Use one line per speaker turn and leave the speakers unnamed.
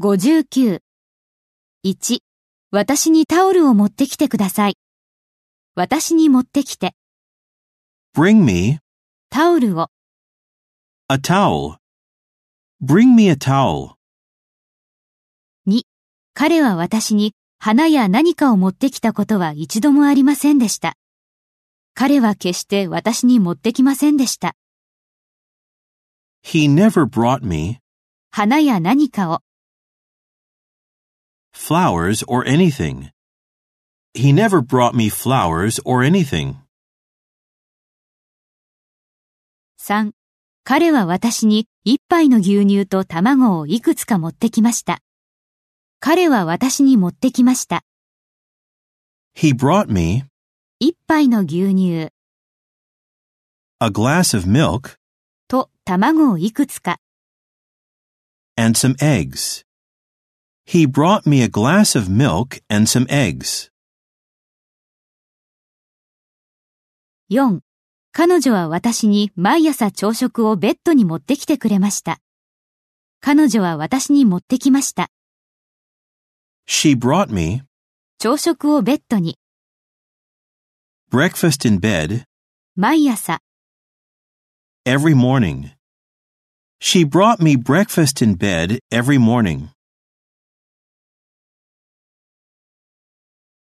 59。1、私にタオルを持ってきてください。私に持ってきて、
Bring me
タオルを、
a towel. Bring me a towel.
彼は私に花や何かを持ってきたことは一度もありませんでした。彼は決して私に持ってきませんでした。
He never brought me
花や何かを、
flowers or anything. He never brought me flowers or anything.
3、彼は私に一杯の牛乳と卵をいくつか持ってきました。彼は私に持ってきました。
He brought me
一杯の牛乳
a glass of milk
と卵をいくつか、
and some eggs. He brought me a glass of milk and some eggs.
4、彼女は私に毎朝朝食をベッドに持ってきてくれました。彼女は私に持ってきました。
She brought me
朝食をベッドに、
breakfast in bed
毎朝、
every morning. She brought me breakfast in bed every morning.